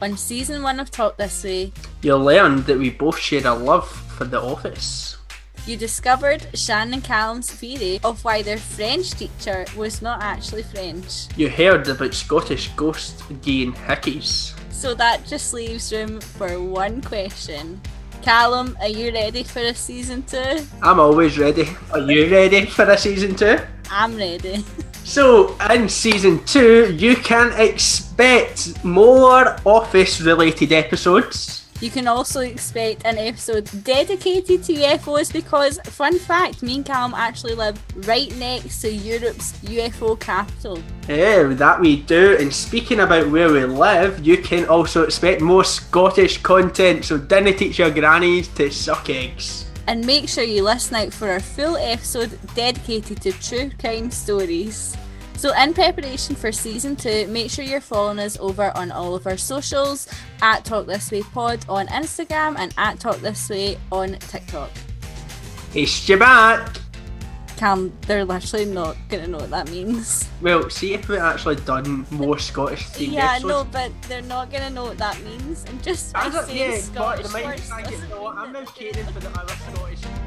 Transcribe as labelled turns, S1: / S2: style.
S1: On season one of Talk This Way,
S2: You learned that we both share a love for The Office.
S1: you discovered Shannon Callum's theory of why their French teacher was not actually French.
S2: You heard about Scottish ghost Dean Hickeys.
S1: So that just leaves room for one question. Callum, are you ready for a season two?
S2: I'm always ready. Are you ready for a season two?
S1: I'm ready.
S2: So, in season two, you can expect more office related episodes.
S1: You can also expect an episode dedicated to UFOs because, fun fact, me and Callum actually live right next to Europe's UFO capital.
S2: Yeah, Eh, that we do. And speaking about where we live, you can also expect more Scottish content, so dinna teach your grannies to suck eggs.
S1: And make sure you listen out for our full episode dedicated to true crime stories. So, in preparation for season two, make sure you're following us over on all of our socials at Talk This Way Pod on Instagram and at Talk This Way on TikTok.
S2: It's you back!
S1: Cam, they're literally not gonna know what that means.
S2: Well, see if we actually done more Scottish themed
S1: Yeah,
S2: episodes.
S1: no, but they're not gonna know what that means. And just by
S2: I don't,
S1: saying
S2: yeah, but
S1: Scottish
S2: the main
S1: words
S2: thing is,
S1: doesn't
S2: no,
S1: mean
S2: I'm
S1: that
S2: not
S1: they're gonna
S2: catering for the other Scottish.